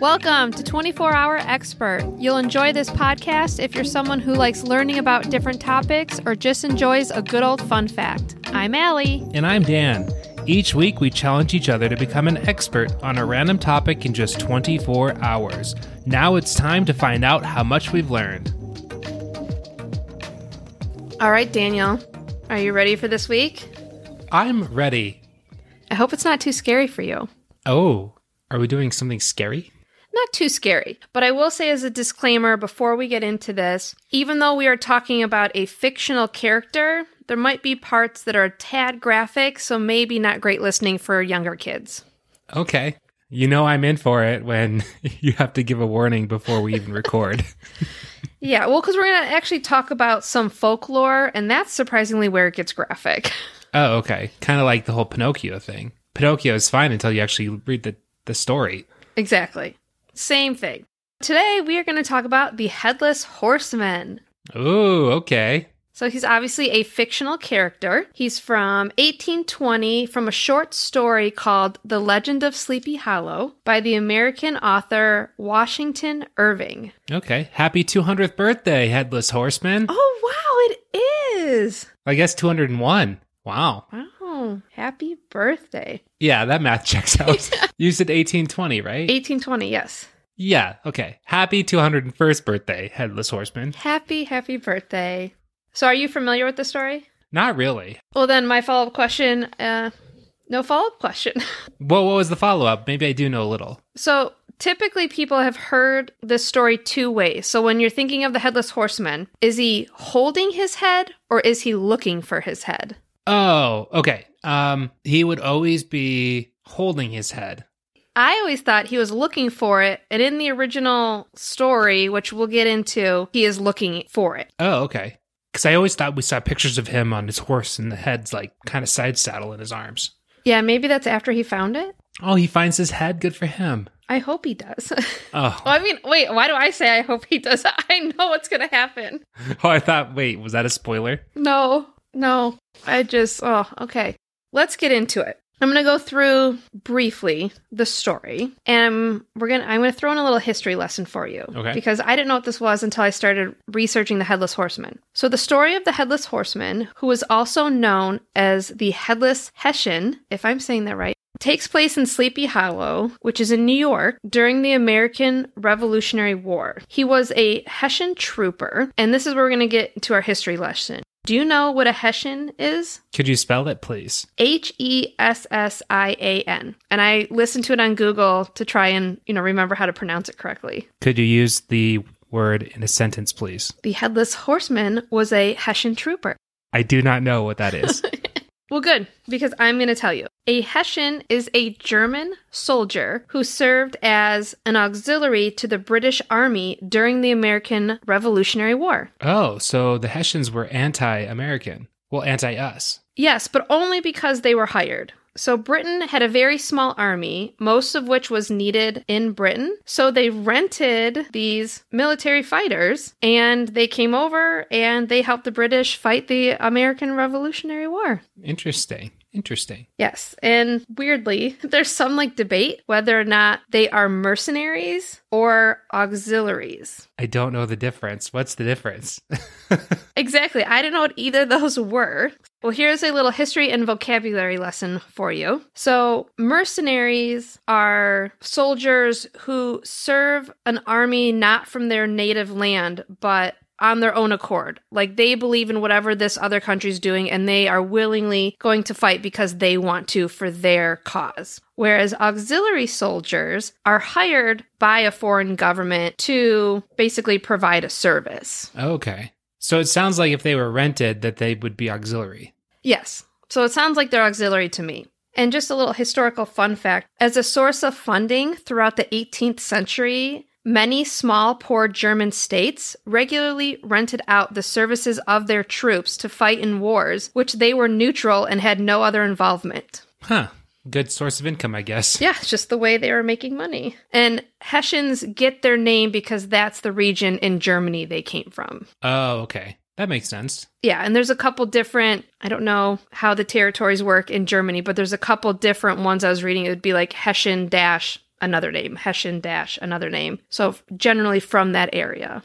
Welcome to 24 Hour Expert. You'll enjoy this podcast if you're someone who likes learning about different topics or just enjoys a good old fun fact. I'm Allie. And I'm Dan. Each week, we challenge each other to become an expert on a random topic in just 24 hours. Now it's time to find out how much we've learned. All right, Daniel, are you ready for this week? I'm ready. I hope it's not too scary for you. Oh, are we doing something scary? Not too scary, but I will say as a disclaimer before we get into this, even though we are talking about a fictional character, there might be parts that are a tad graphic, so maybe not great listening for younger kids. Okay. You know I'm in for it when you have to give a warning before we even record. Yeah, well, because we're going to actually talk about some folklore, and that's surprisingly where it gets graphic. oh, okay. Kind of like the whole Pinocchio thing. Pinocchio is fine until you actually read the, the story. exactly. Same thing. Today, we are going to talk about the Headless Horseman. Oh, okay. So he's obviously a fictional character. He's from 1820 from a short story called The Legend of Sleepy Hollow by the American author Washington Irving. Okay. Happy 200th birthday, Headless Horseman. Oh, wow, it is. I guess 201. Wow. Wow. Happy birthday. Yeah, that math checks out. you said 1820, right? 1820, yes. Yeah, okay. Happy 201st birthday, Headless Horseman. Happy, happy birthday. So are you familiar with the story? Not really. Well, then my follow up question uh, no follow up question. Well, what was the follow up? Maybe I do know a little. So typically, people have heard this story two ways. So when you're thinking of the headless horseman, is he holding his head or is he looking for his head? Oh, okay. Um, he would always be holding his head. I always thought he was looking for it, and in the original story, which we'll get into, he is looking for it. Oh, okay. Because I always thought we saw pictures of him on his horse and the head's like kind of side saddle in his arms. Yeah, maybe that's after he found it. Oh, he finds his head. Good for him. I hope he does. Oh, Well, I mean, wait, why do I say I hope he does? I know what's going to happen. oh I thought, wait, was that a spoiler? No, no. I just, oh, okay. Let's get into it. I'm going to go through briefly the story and we're going to I'm going to throw in a little history lesson for you Okay. because I didn't know what this was until I started researching the headless horseman. So the story of the headless horseman, who is also known as the headless Hessian, if I'm saying that right, takes place in Sleepy Hollow, which is in New York, during the American Revolutionary War. He was a Hessian trooper, and this is where we're going to get to our history lesson. Do you know what a Hessian is? Could you spell it, please? H E S S I A N. And I listened to it on Google to try and, you know, remember how to pronounce it correctly. Could you use the word in a sentence, please? The headless horseman was a Hessian trooper. I do not know what that is. Well, good, because I'm going to tell you. A Hessian is a German soldier who served as an auxiliary to the British Army during the American Revolutionary War. oh, so the Hessians were anti American. Well, anti us. Yes, but only because they were hired. So Britain had a very small army, most of which was needed in Britain. So they rented these military fighters and they came over and they helped the British fight the American Revolutionary War. Interesting. Interesting. Yes, and weirdly, there's some like debate whether or not they are mercenaries or auxiliaries. I don't know the difference. What's the difference? Exactly. I don't know what either of those were. Well, here's a little history and vocabulary lesson for you. So, mercenaries are soldiers who serve an army not from their native land, but on their own accord. Like they believe in whatever this other country's doing and they are willingly going to fight because they want to for their cause. Whereas auxiliary soldiers are hired by a foreign government to basically provide a service. okay. So it sounds like if they were rented, that they would be auxiliary. Yes. So it sounds like they're auxiliary to me. And just a little historical fun fact as a source of funding throughout the 18th century, many small, poor German states regularly rented out the services of their troops to fight in wars, which they were neutral and had no other involvement. Huh. Good source of income, I guess. Yeah, it's just the way they were making money. And Hessians get their name because that's the region in Germany they came from. Oh, okay. That makes sense. Yeah, and there's a couple different, I don't know how the territories work in Germany, but there's a couple different ones I was reading. It would be like Hessian dash another name, Hessian dash, another name. So generally from that area.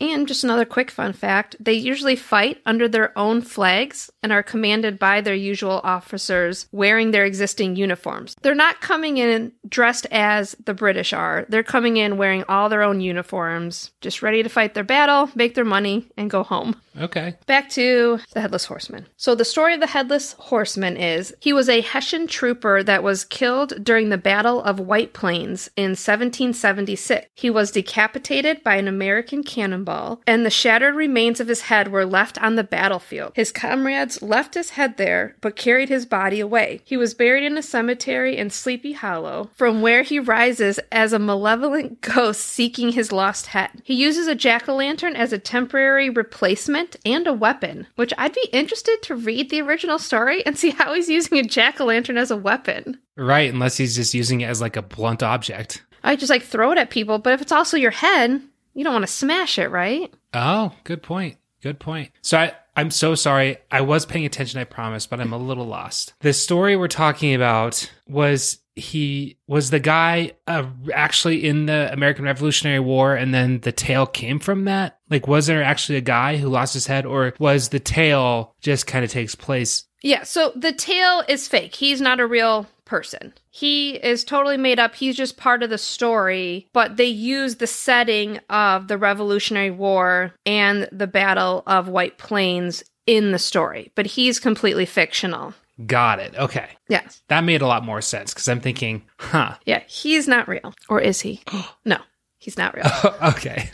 And just another quick fun fact they usually fight under their own flags and are commanded by their usual officers wearing their existing uniforms. They're not coming in dressed as the British are, they're coming in wearing all their own uniforms, just ready to fight their battle, make their money, and go home. Okay. Back to the Headless Horseman. So, the story of the Headless Horseman is he was a Hessian trooper that was killed during the Battle of White Plains in 1776. He was decapitated by an American cannonball, and the shattered remains of his head were left on the battlefield. His comrades left his head there but carried his body away. He was buried in a cemetery in Sleepy Hollow, from where he rises as a malevolent ghost seeking his lost head. He uses a jack o' lantern as a temporary replacement and a weapon, which I'd be interested to read the original story and see how he's using a jack o' lantern as a weapon. Right, unless he's just using it as like a blunt object. I just like throw it at people, but if it's also your head, you don't want to smash it, right? Oh, good point. Good point. So I, I'm so sorry. I was paying attention, I promise, but I'm a little lost. The story we're talking about was he was the guy uh, actually in the American Revolutionary War, and then the tale came from that. Like, was there actually a guy who lost his head, or was the tale just kind of takes place? Yeah, so the tale is fake. He's not a real person. He is totally made up. He's just part of the story, but they use the setting of the Revolutionary War and the Battle of White Plains in the story, but he's completely fictional. Got it. Okay, Yes. that made a lot more sense because I'm thinking, huh? Yeah, he's not real. Or is he? no, he's not real. okay,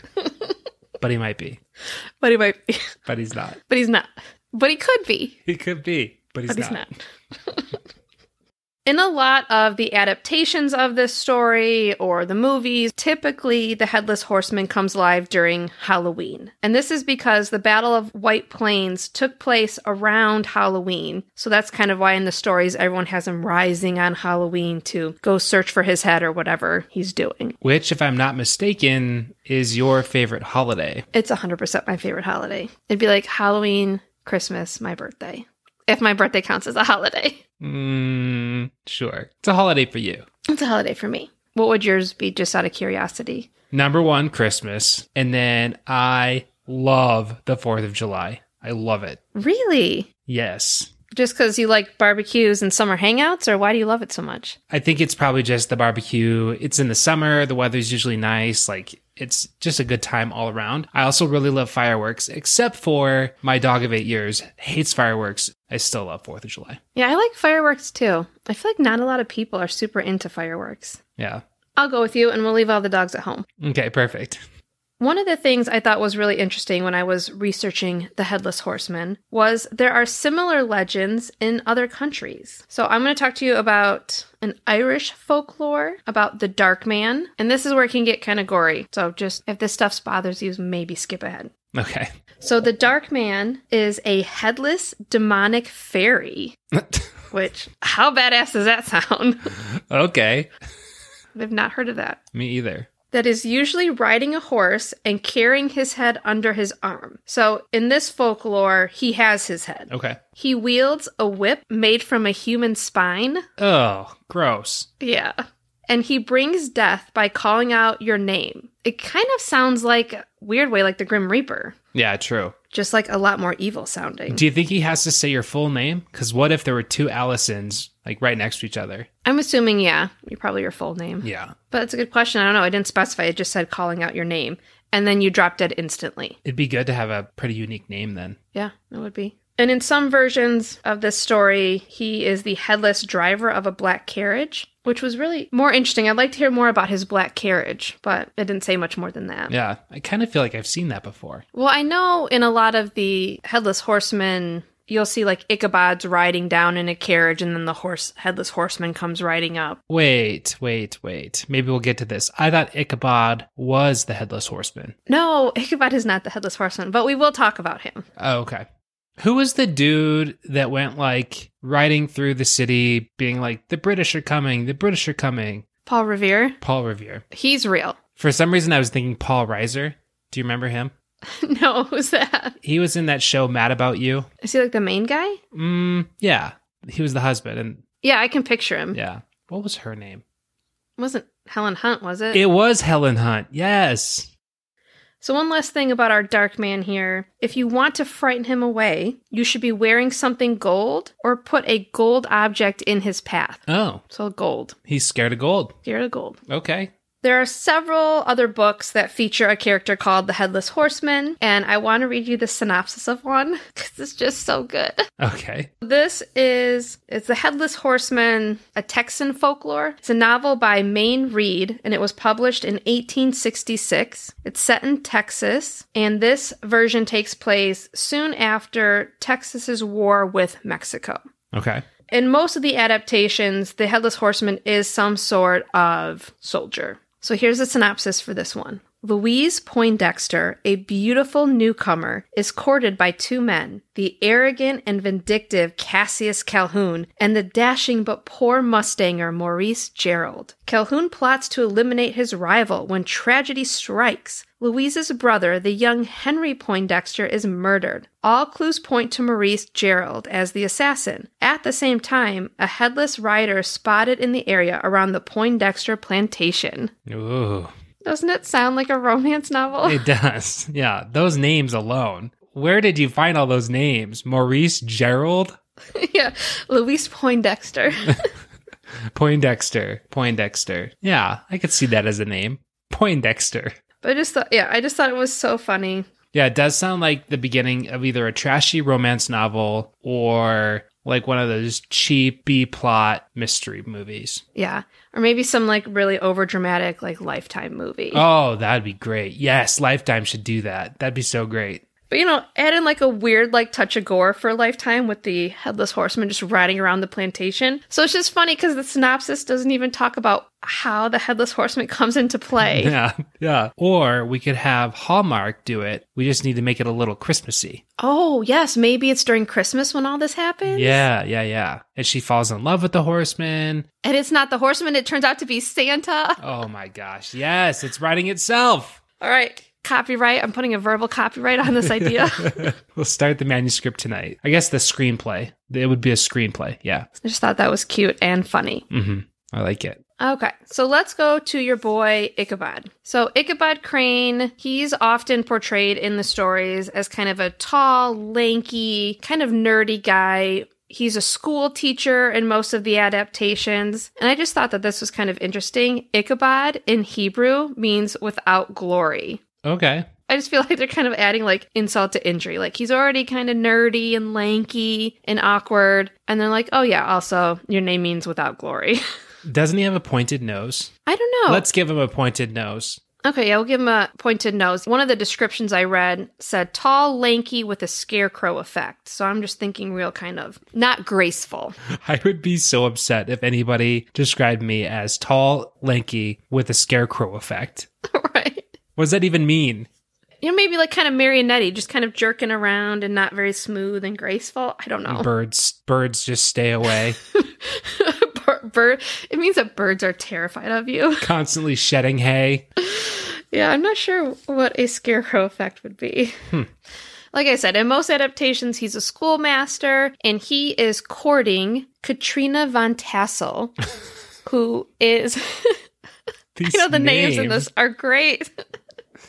but he might be, But he might be. but he's not. But he's not. But he could be. He could be, but he's, But he's not. not. In a lot of the adaptations of this story or the movies, typically the Headless Horseman comes alive during Halloween. And this is because the Battle of White Plains took place around Halloween. So that's kind of why in the stories everyone has him rising on Halloween to go search for his head or whatever he's doing. Which, if I'm not mistaken, is your favorite holiday. It's 100% my favorite holiday. It'd be like Halloween, Christmas, my birthday. If my birthday counts as a holiday, Mm, sure. It's a holiday for you. it's a holiday for me. What would yours be just out of curiosity? Number one, Christmas. And then I love the 4th of July. I love it. Really? Yes. Just because you like barbecues and summer hangouts, or why do you love it so much? I think it's probably just the barbecue. It's in the summer. The weather's usually nice. Like, it's just a good time all around. I also really love fireworks, except for my dog of eight years hates fireworks. I still love 4th of July. Yeah, I like fireworks too. I feel like not a lot of people are super into fireworks. Yeah. I'll go with you and we'll leave all the dogs at home. Okay, perfect. One of the things I thought was really interesting when I was researching the Headless Horseman was there are similar legends in other countries. So I'm going to talk to you about an Irish folklore about the Dark Man, and this is where it can get kind of gory. So just if this stuff bothers you, maybe skip ahead. Okay. So the Dark Man is a headless demonic fairy, which how badass does that sound? okay. I've not heard of that. Me either. that is usually riding a horse and carrying his head under his arm. So in this folklore, he has his head. Okay. He wields a whip made from a human spine. Oh, gross. Yeah. And he brings death by calling out your name. It kind of sounds like a weird way like the Grim Reaper, Yeah, true. just like a lot more evil sounding. Do you think he has to say your full name? Because what if there were two Allisons like right next to each other? I'm assuming, yeah, you're probably your full name. Yeah, But it's a good question. I don't know. I didn't specify. It just said calling out your name. And then you drop dead instantly. it'd be good to have a pretty unique name then. Yeah, it would be. And in some versions of this story, he is the headless driver of a black carriage, which was really more interesting. I'd like to hear more about his black carriage, but it didn't say much more than that. Yeah, I kind of feel like I've seen that before. Well, I know in a lot of the headless horsemen, you'll see like Ichabod's riding down in a carriage and then the horse headless horseman comes riding up. Wait, wait, wait. Maybe we'll get to this. I thought Ichabod was the headless horseman. No, Ichabod is not the headless horseman, but we will talk about him. Oh, okay. Who was the dude that went like riding through the city being like, the British are coming, the British are coming? Paul Revere, Paul Revere. he's real. For some reason, I was thinking Paul Reiser. Do you remember him? no, who's that? He was in that show Mad About You. Is he like the main guy? Mm, yeah. He was the husband and Yeah, I can picture him. yeah. What was her name? wasn't Helen Hunt, was it? It was Helen Hunt. Yes. So, one last thing about our dark man here. If you want to frighten him away, you should be wearing something gold or put a gold object in his path. Oh, So, gold. he's scared of gold. Here are gold. Okay. There are several other books that feature a character called the Headless Horseman, and I want to read you the synopsis of one because it's just so good. Okay. This is it's the Headless Horseman, a Texan folklore. It's a novel by Maine Reed, and it was published in 1866. It's set in Texas, and this version takes place soon after Texas's war with Mexico. Okay. In most of the adaptations, the Headless Horseman is some sort of soldier. So here's a synopsis for this one. Louise Poindexter, a beautiful newcomer, is courted by two men, the arrogant and vindictive Cassius Calhoun and the dashing but poor mustanger Maurice Gerald. Calhoun plots to eliminate his rival when tragedy strikes. Louise's brother, the young Henry Poindexter, is murdered. All clues point to Maurice Gerald as the assassin. At the same time, a headless rider is spotted in the area around the Poindexter plantation. Ooh. Doesn't it sound like a romance novel? It does. Yeah. Those names alone. Where did you find all those names? Maurice Gerald? yeah, Louise Poindexter. Poindexter. Poindexter. Yeah. I could see that as a name. Poindexter. but I just thought, yeah, I just thought it was so funny. Yeah, it does sound like the beginning of either a trashy romance novel or like one of those cheap B plot mystery movies. Yeah, or maybe some like really over dramatic like Lifetime movie. Oh, that'd be great. Yes, Lifetime should do that. That'd be so great. But you know, add in like a weird like touch of gore for a lifetime with the headless horseman just riding around the plantation. So it's just funny because the synopsis doesn't even talk about how the headless horseman comes into play. Yeah, yeah. Or we could have Hallmark do it. We just need to make it a little Christmassy. oh yes, maybe it's during Christmas when all this happens. Yeah, yeah, yeah. And she falls in love with the horseman. and it's not the horseman; it turns out to be Santa. Oh my gosh. Yes, it's writing itself. All right, copyright. I'm putting a verbal copyright on this idea. we'll start the manuscript tonight. I guess the screenplay. It would be a screenplay. Yeah. I just thought that was cute and funny. hmm I like it. Okay, so let's go to your boy Ichabod. So, Ichabod Crane, he's often portrayed in the stories as kind of a tall, lanky, kind of nerdy guy. He's a school teacher in most of the adaptations. And I just thought that this was kind of interesting. Ichabod in Hebrew means without glory. Okay. I just feel like they're kind of adding like insult to injury. Like he's already kind of nerdy and lanky and awkward. And they're like, oh, yeah, also, your name means without glory. Doesn't he have a pointed nose? I don't know. Let's give him a pointed nose. Okay, I'll give him a pointed nose. One of the descriptions I read said tall, lanky, with a scarecrow effect. So I'm just thinking real kind of not graceful. I would be so upset if anybody described me as tall, lanky, with a scarecrow effect. right. What does that even mean? You know, maybe like kind of marionette just kind of jerking around and not very smooth and graceful. I don't know. Birds birds just stay away, bird, bird. It means that birds are terrified of you. constantly shedding hay. Yeah, I'm not sure what a scarecrow effect would be. Like I said, in most adaptations, he's a schoolmaster and he is courting Katrina von Tassel, who is. These you know the names in this are great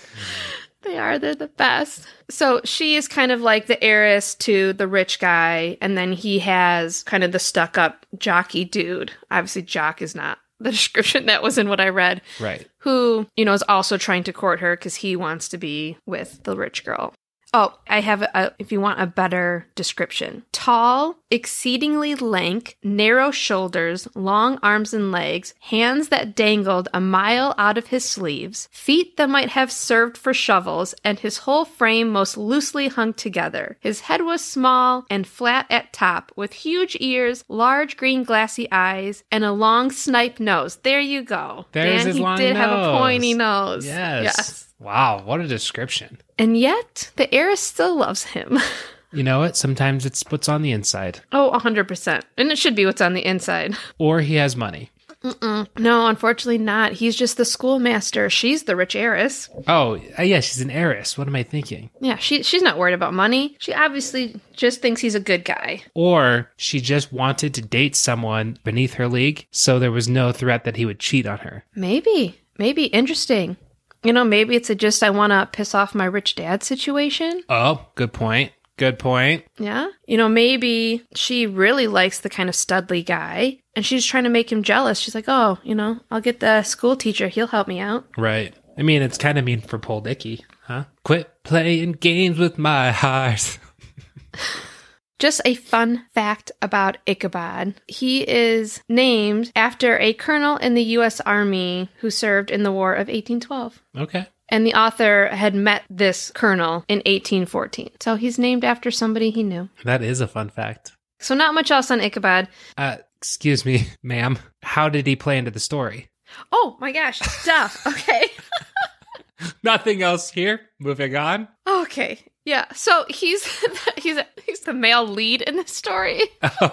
they are they're the best so she is kind of like the heiress to the rich guy and then he has kind of the stuck up jockey dude obviously jock is not the description that was in what i read Right. who you know is also trying to court her because he wants to be with the rich girl oh i have a, a if you want a better description tall exceedingly lank narrow shoulders long arms and legs hands that dangled a mile out of his sleeves feet that might have served for shovels and his whole frame most loosely hung together his head was small and flat at top with huge ears large green glassy eyes and a long snipe nose there you go There's and his he long did have a nose. pointy nose. Yes. Wow, what a description. And yet, the heiress still loves him. You know what? Sometimes it's what's on the inside. oh, 100%. And it should be what's on the inside. Or he has money. Mm-mm. No, unfortunately not. He's just the schoolmaster. She's the rich heiress. Oh, uh, yeah, she's an heiress. What am I thinking? Yeah, she she's not worried about money. She obviously just thinks he's a good guy. Or she just wanted to date someone beneath her league, so there was no threat that he would cheat on her. Maybe, maybe interesting. You know, maybe it's a just I want to piss off my rich dad situation. Oh, good point. Good point. Yeah. You know, maybe she really likes the kind of studly guy and she's trying to make him jealous. She's like, oh, you know, I'll get the school teacher. He'll help me out. Right. I mean, it's kind of mean for Paul Dickey, huh? Quit playing games with my heart. Just a fun fact about Ichabod. He is named after a colonel in the U.S. Army who served in the War of 1812. okay. And the author had met this colonel in 1814. So he's named after somebody he knew. That is a fun fact. So, not much else on Ichabod. Uh, excuse me, ma'am. How did he play into the story? Oh my gosh, duh. Okay. Nothing else here. Moving on. Okay. Yeah. So he's he's he's the male lead in this story.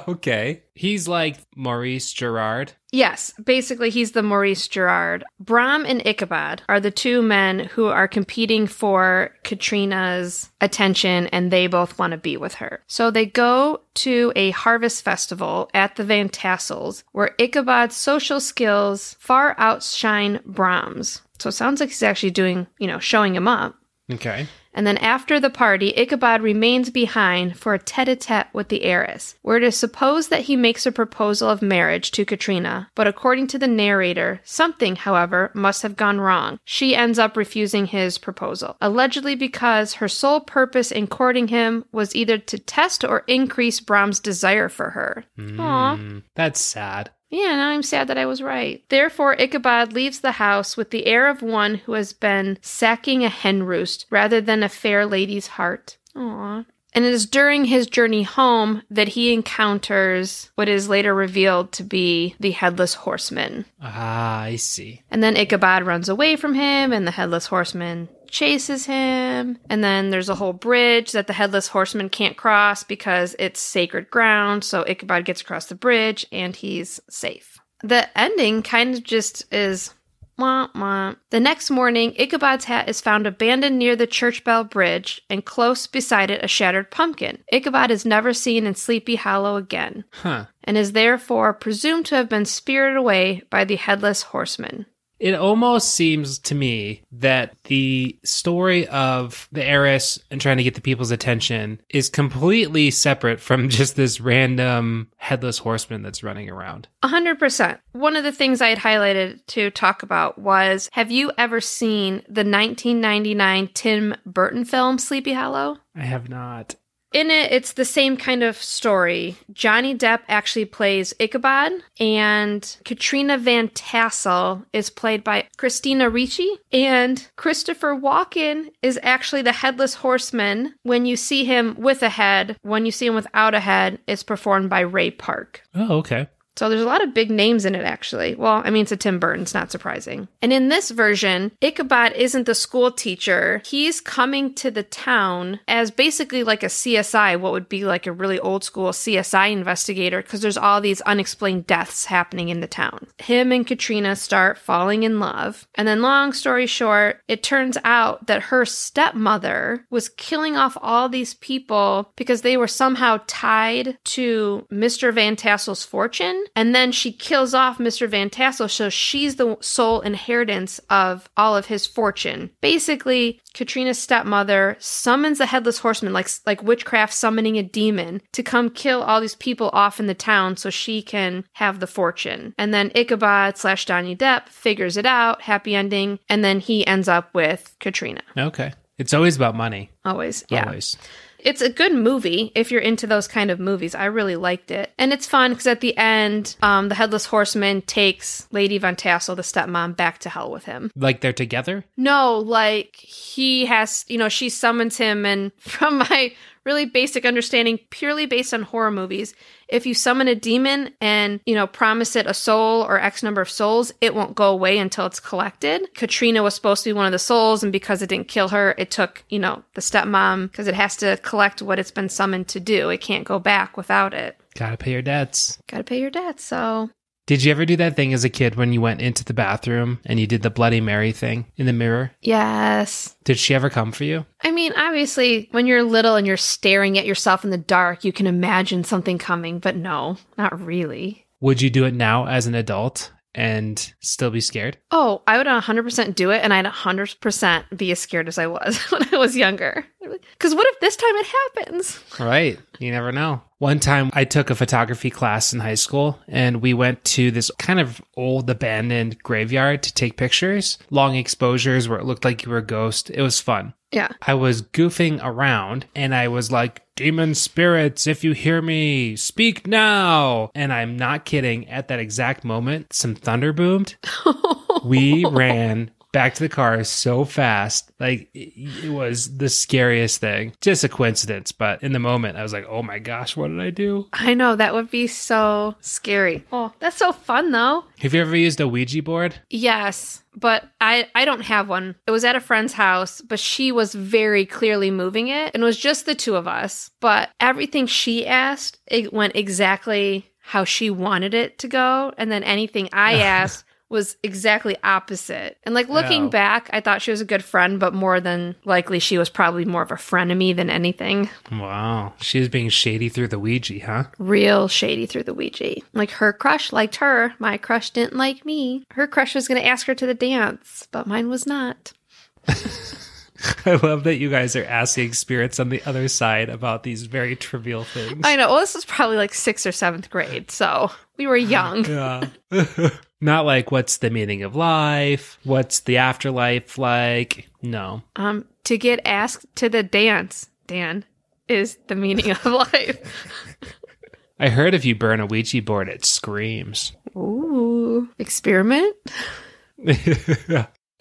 okay. He's like Maurice Gerard. Yes, basically he's the Maurice Gerard. Brahm and Ichabod are the two men who are competing for Katrina's attention and they both want to be with her. So they go to a harvest festival at the Van Tassels where Ichabod's social skills far outshine Brahm's. So it sounds like he's actually doing, you know, showing him up. Okay. And then after the party, Ichabod remains behind for a tete a tete with the heiress, where it is supposed that he makes a proposal of marriage to Katrina. But according to the narrator, something, however, must have gone wrong. She ends up refusing his proposal, allegedly because her sole purpose in courting him was either to test or increase Brahm's desire for her. Aw. Mm, that's sad. Yeah, now I'm sad that I was right. Therefore, Ichabod leaves the house with the air of one who has been sacking a hen roost rather than a fair lady's heart. Aww. And it is during his journey home that he encounters what is later revealed to be the headless horseman. Ah, I see. And then Ichabod runs away from him, and the headless horseman chases him. And then there's a whole bridge that the headless horseman can't cross because it's sacred ground. So Ichabod gets across the bridge, and he's safe. The ending kind of just is. Wah, wah. The next morning, Ichabod's hat is found abandoned near the church bell bridge, and close beside it, a shattered pumpkin. Ichabod is never seen in Sleepy Hollow again Huh. and is therefore presumed to have been spirited away by the headless horseman. It almost seems to me that the story of the heiress and trying to get the people's attention is completely separate from just this random headless horseman that's running around. 100%. One of the things I had highlighted to talk about was have you ever seen the 1999 Tim Burton film Sleepy Hollow? I have not. In it, it's the same kind of story. Johnny Depp actually plays Ichabod, and Katrina Van Tassel is played by Christina Ricci, and Christopher Walken is actually the headless horseman. When you see him with a head, when you see him without a head, it's performed by Ray Park. Oh, okay. So there's a lot of big names in it, actually. Well, I mean, it's a Tim Burton, it's not surprising. And in this version, Ichabod isn't the school teacher. He's coming to the town as basically like a CSI, what would be like a really old school CSI investigator, because there's all these unexplained deaths happening in the town. Him and Katrina start falling in love. And then, long story short, it turns out that her stepmother was killing off all these people because they were somehow tied to Mr. Van Tassel's fortune. And then she kills off Mr. Van Tassel, so she's the sole inheritance of all of his fortune. Basically, Katrina's stepmother summons the headless horseman, like like witchcraft summoning a demon, to come kill all these people off in the town so she can have the fortune. And then Ichabod slash Donnie Depp figures it out, happy ending, and then he ends up with Katrina. Okay. It's always about money. Always, yeah. Always. It's a good movie if you're into those kind of movies. I really liked it. And it's fun because at the end, um, the Headless Horseman takes Lady Von Tassel, the stepmom, back to hell with him. Like they're together? No, like he has, you know, she summons him. And from my really basic understanding, purely based on horror movies, if you summon a demon and, you know, promise it a soul or X number of souls, it won't go away until it's collected. Katrina was supposed to be one of the souls. And because it didn't kill her, it took, you know, the stepmom because it has to collect what it's been summoned to do. It can't go back without it. Gotta pay your debts. Gotta pay your debt. So Did you ever do that thing as a kid when you went into the bathroom and you did the Bloody Mary thing in the mirror? Yes. Did she ever come for you? I mean, obviously, when you're little and you're staring at yourself in the dark, you can imagine something coming, but no, not really. Would you do it now as an adult and still be scared? Oh, I would 100% do it, and I'd 100% be as scared as I was when I was younger. Because what if this time it happens? Right. You never know. One time I took a photography class in high school and we went to this kind of old abandoned graveyard to take pictures, long exposures where it looked like you were a ghost. It was fun. Yeah. I was goofing around and I was like, Demon spirits, if you hear me, speak now. And I'm not kidding. At that exact moment, some thunder boomed. we ran back to the car so fast. Like it, it was the scariest thing. Just a coincidence, but in the moment I was like, "Oh my gosh, what did I do?" I know, that would be so scary. Oh, that's so fun, though. Have you ever used a Ouija board? Yes, but I I don't have one. It was at a friend's house, but she was very clearly moving it and it was just the two of us. But everything she asked, it went exactly how she wanted it to go, and then anything I asked was exactly opposite. And like looking Wow. back, I thought she was a good friend, but more than likely she was probably more of a frenemy than anything. Wow, she was being shady through the Ouija, huh? real shady through the Ouija. Like her crush liked her, my crush didn't like me. Her crush was going to ask her to the dance, but mine was not. I love that you guys are asking spirits on the other side about these very trivial things. I know. Well, this was probably like sixth or seventh grade, so we were young. Yeah. Not like what's the meaning of life? What's the afterlife like? No. Um, to get asked to the dance, Dan, is the meaning of life. I heard if you burn a Ouija board, it screams. Ooh, experiment.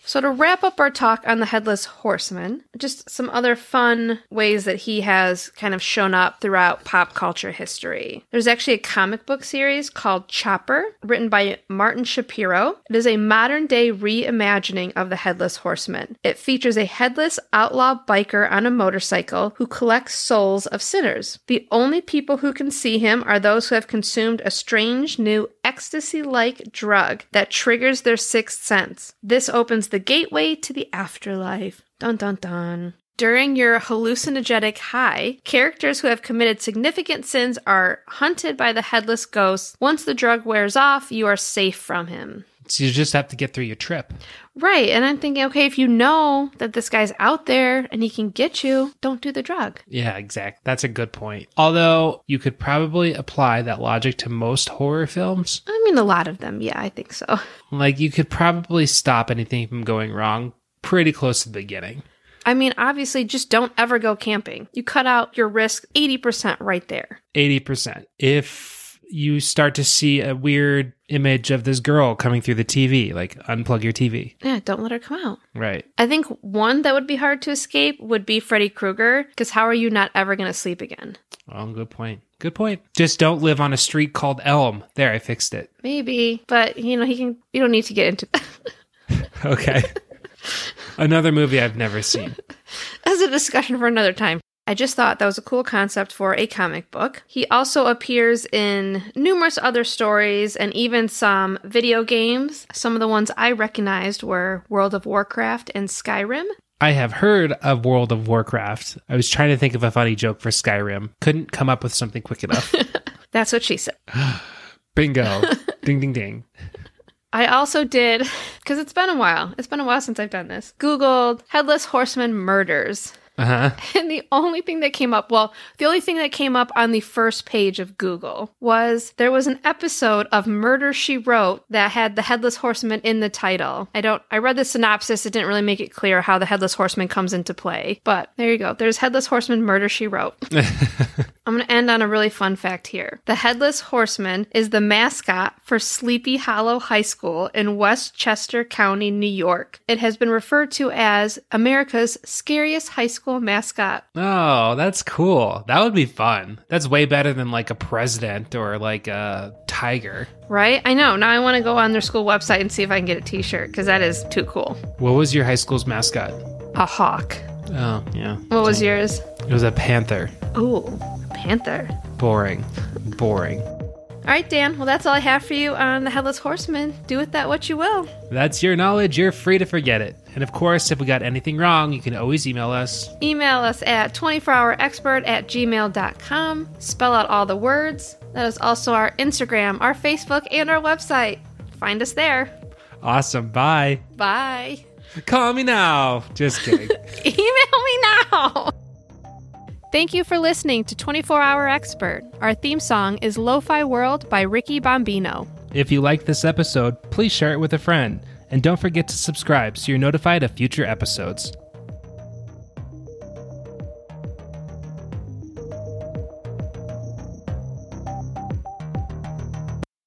So, to wrap up our talk on the Headless Horseman, just some other fun ways that he has kind of shown up throughout pop culture history. There's actually a comic book series called Chopper, written by Martin Shapiro. It is a modern day reimagining of the Headless Horseman. It features a headless outlaw biker on a motorcycle who collects souls of sinners. The only people who can see him are those who have consumed a strange new ecstasy like drug that triggers their sixth sense. This opens the gateway to the afterlife. Dun dun dun. During your hallucinogenic high, characters who have committed significant sins are hunted by the headless ghost. Once the drug wears off, you are safe from him. so you just have to get through your trip. Right, and I'm thinking, okay, if you know that this guy's out there and he can get you, don't do the drug. Yeah, exactly. That's a good point. Although you could probably apply that logic to most horror films. I mean, a lot of them, yeah, I think so. Like you could probably stop anything from going wrong pretty close to the beginning. I mean, obviously, just don't ever go camping. You cut out your risk 80% right there. 80%. If you start to see a weird image of this girl coming through the TV, like unplug your TV. Yeah, don't let her come out. Right. I think one that would be hard to escape would be Freddy Krueger, because how are you not ever going to sleep again? Oh, good point. Good point. Just don't live on a street called Elm. There, I fixed it. Maybe, but you know, he can, you don't need to get into Okay. Another movie I've never seen. That's a discussion for another time. I just thought that was a cool concept for a comic book. He also appears in numerous other stories and even some video games. Some of the ones I recognized were World of Warcraft and Skyrim. I have heard of World of Warcraft. I was trying to think of a funny joke for Skyrim. Couldn't come up with something quick enough. That's what she said. Bingo. ding, ding, ding. I also did, because it's been a while. It's been a while since I've done this. Googled Headless Horseman Murders. Uh huh. And the only thing that came up, well, the only thing that came up on the first page of Google was there was an episode of Murder She Wrote that had the Headless Horseman in the title. I don't, I read the synopsis. It didn't really make it clear how the Headless Horseman comes into play. But there you go. There's Headless Horseman Murder She Wrote. I'm going to end on a really fun fact here. The Headless Horseman is the mascot for Sleepy Hollow High School in Westchester County, New York. It has been referred to as America's scariest high school mascot. Oh, that's cool. That would be fun. That's way better than like a president or like a tiger. Right? I know. Now I want to go on their school website and see if I can get a t shirt because that is too cool. What was your high school's mascot? A hawk. Oh, yeah. What was yours? It was a panther. Ooh, panther. Boring. Boring. All right, Dan. Well, that's all I have for you on the Headless Horseman. Do with that what you will. That's your knowledge. You're free to forget it. And of course, if we got anything wrong, you can always email us. Email us at 24hourexpert at gmail.com. Spell out all the words. That is also our Instagram, our Facebook, and our website. Find us there. Awesome. Bye. Bye. Call me now. Just kidding. Email me now. Thank you for listening to 24 Hour Expert. Our theme song is Lo-Fi World by Ricky Bombino. if you like this episode, please share it with a friend. And don't forget to subscribe so you're notified of future episodes.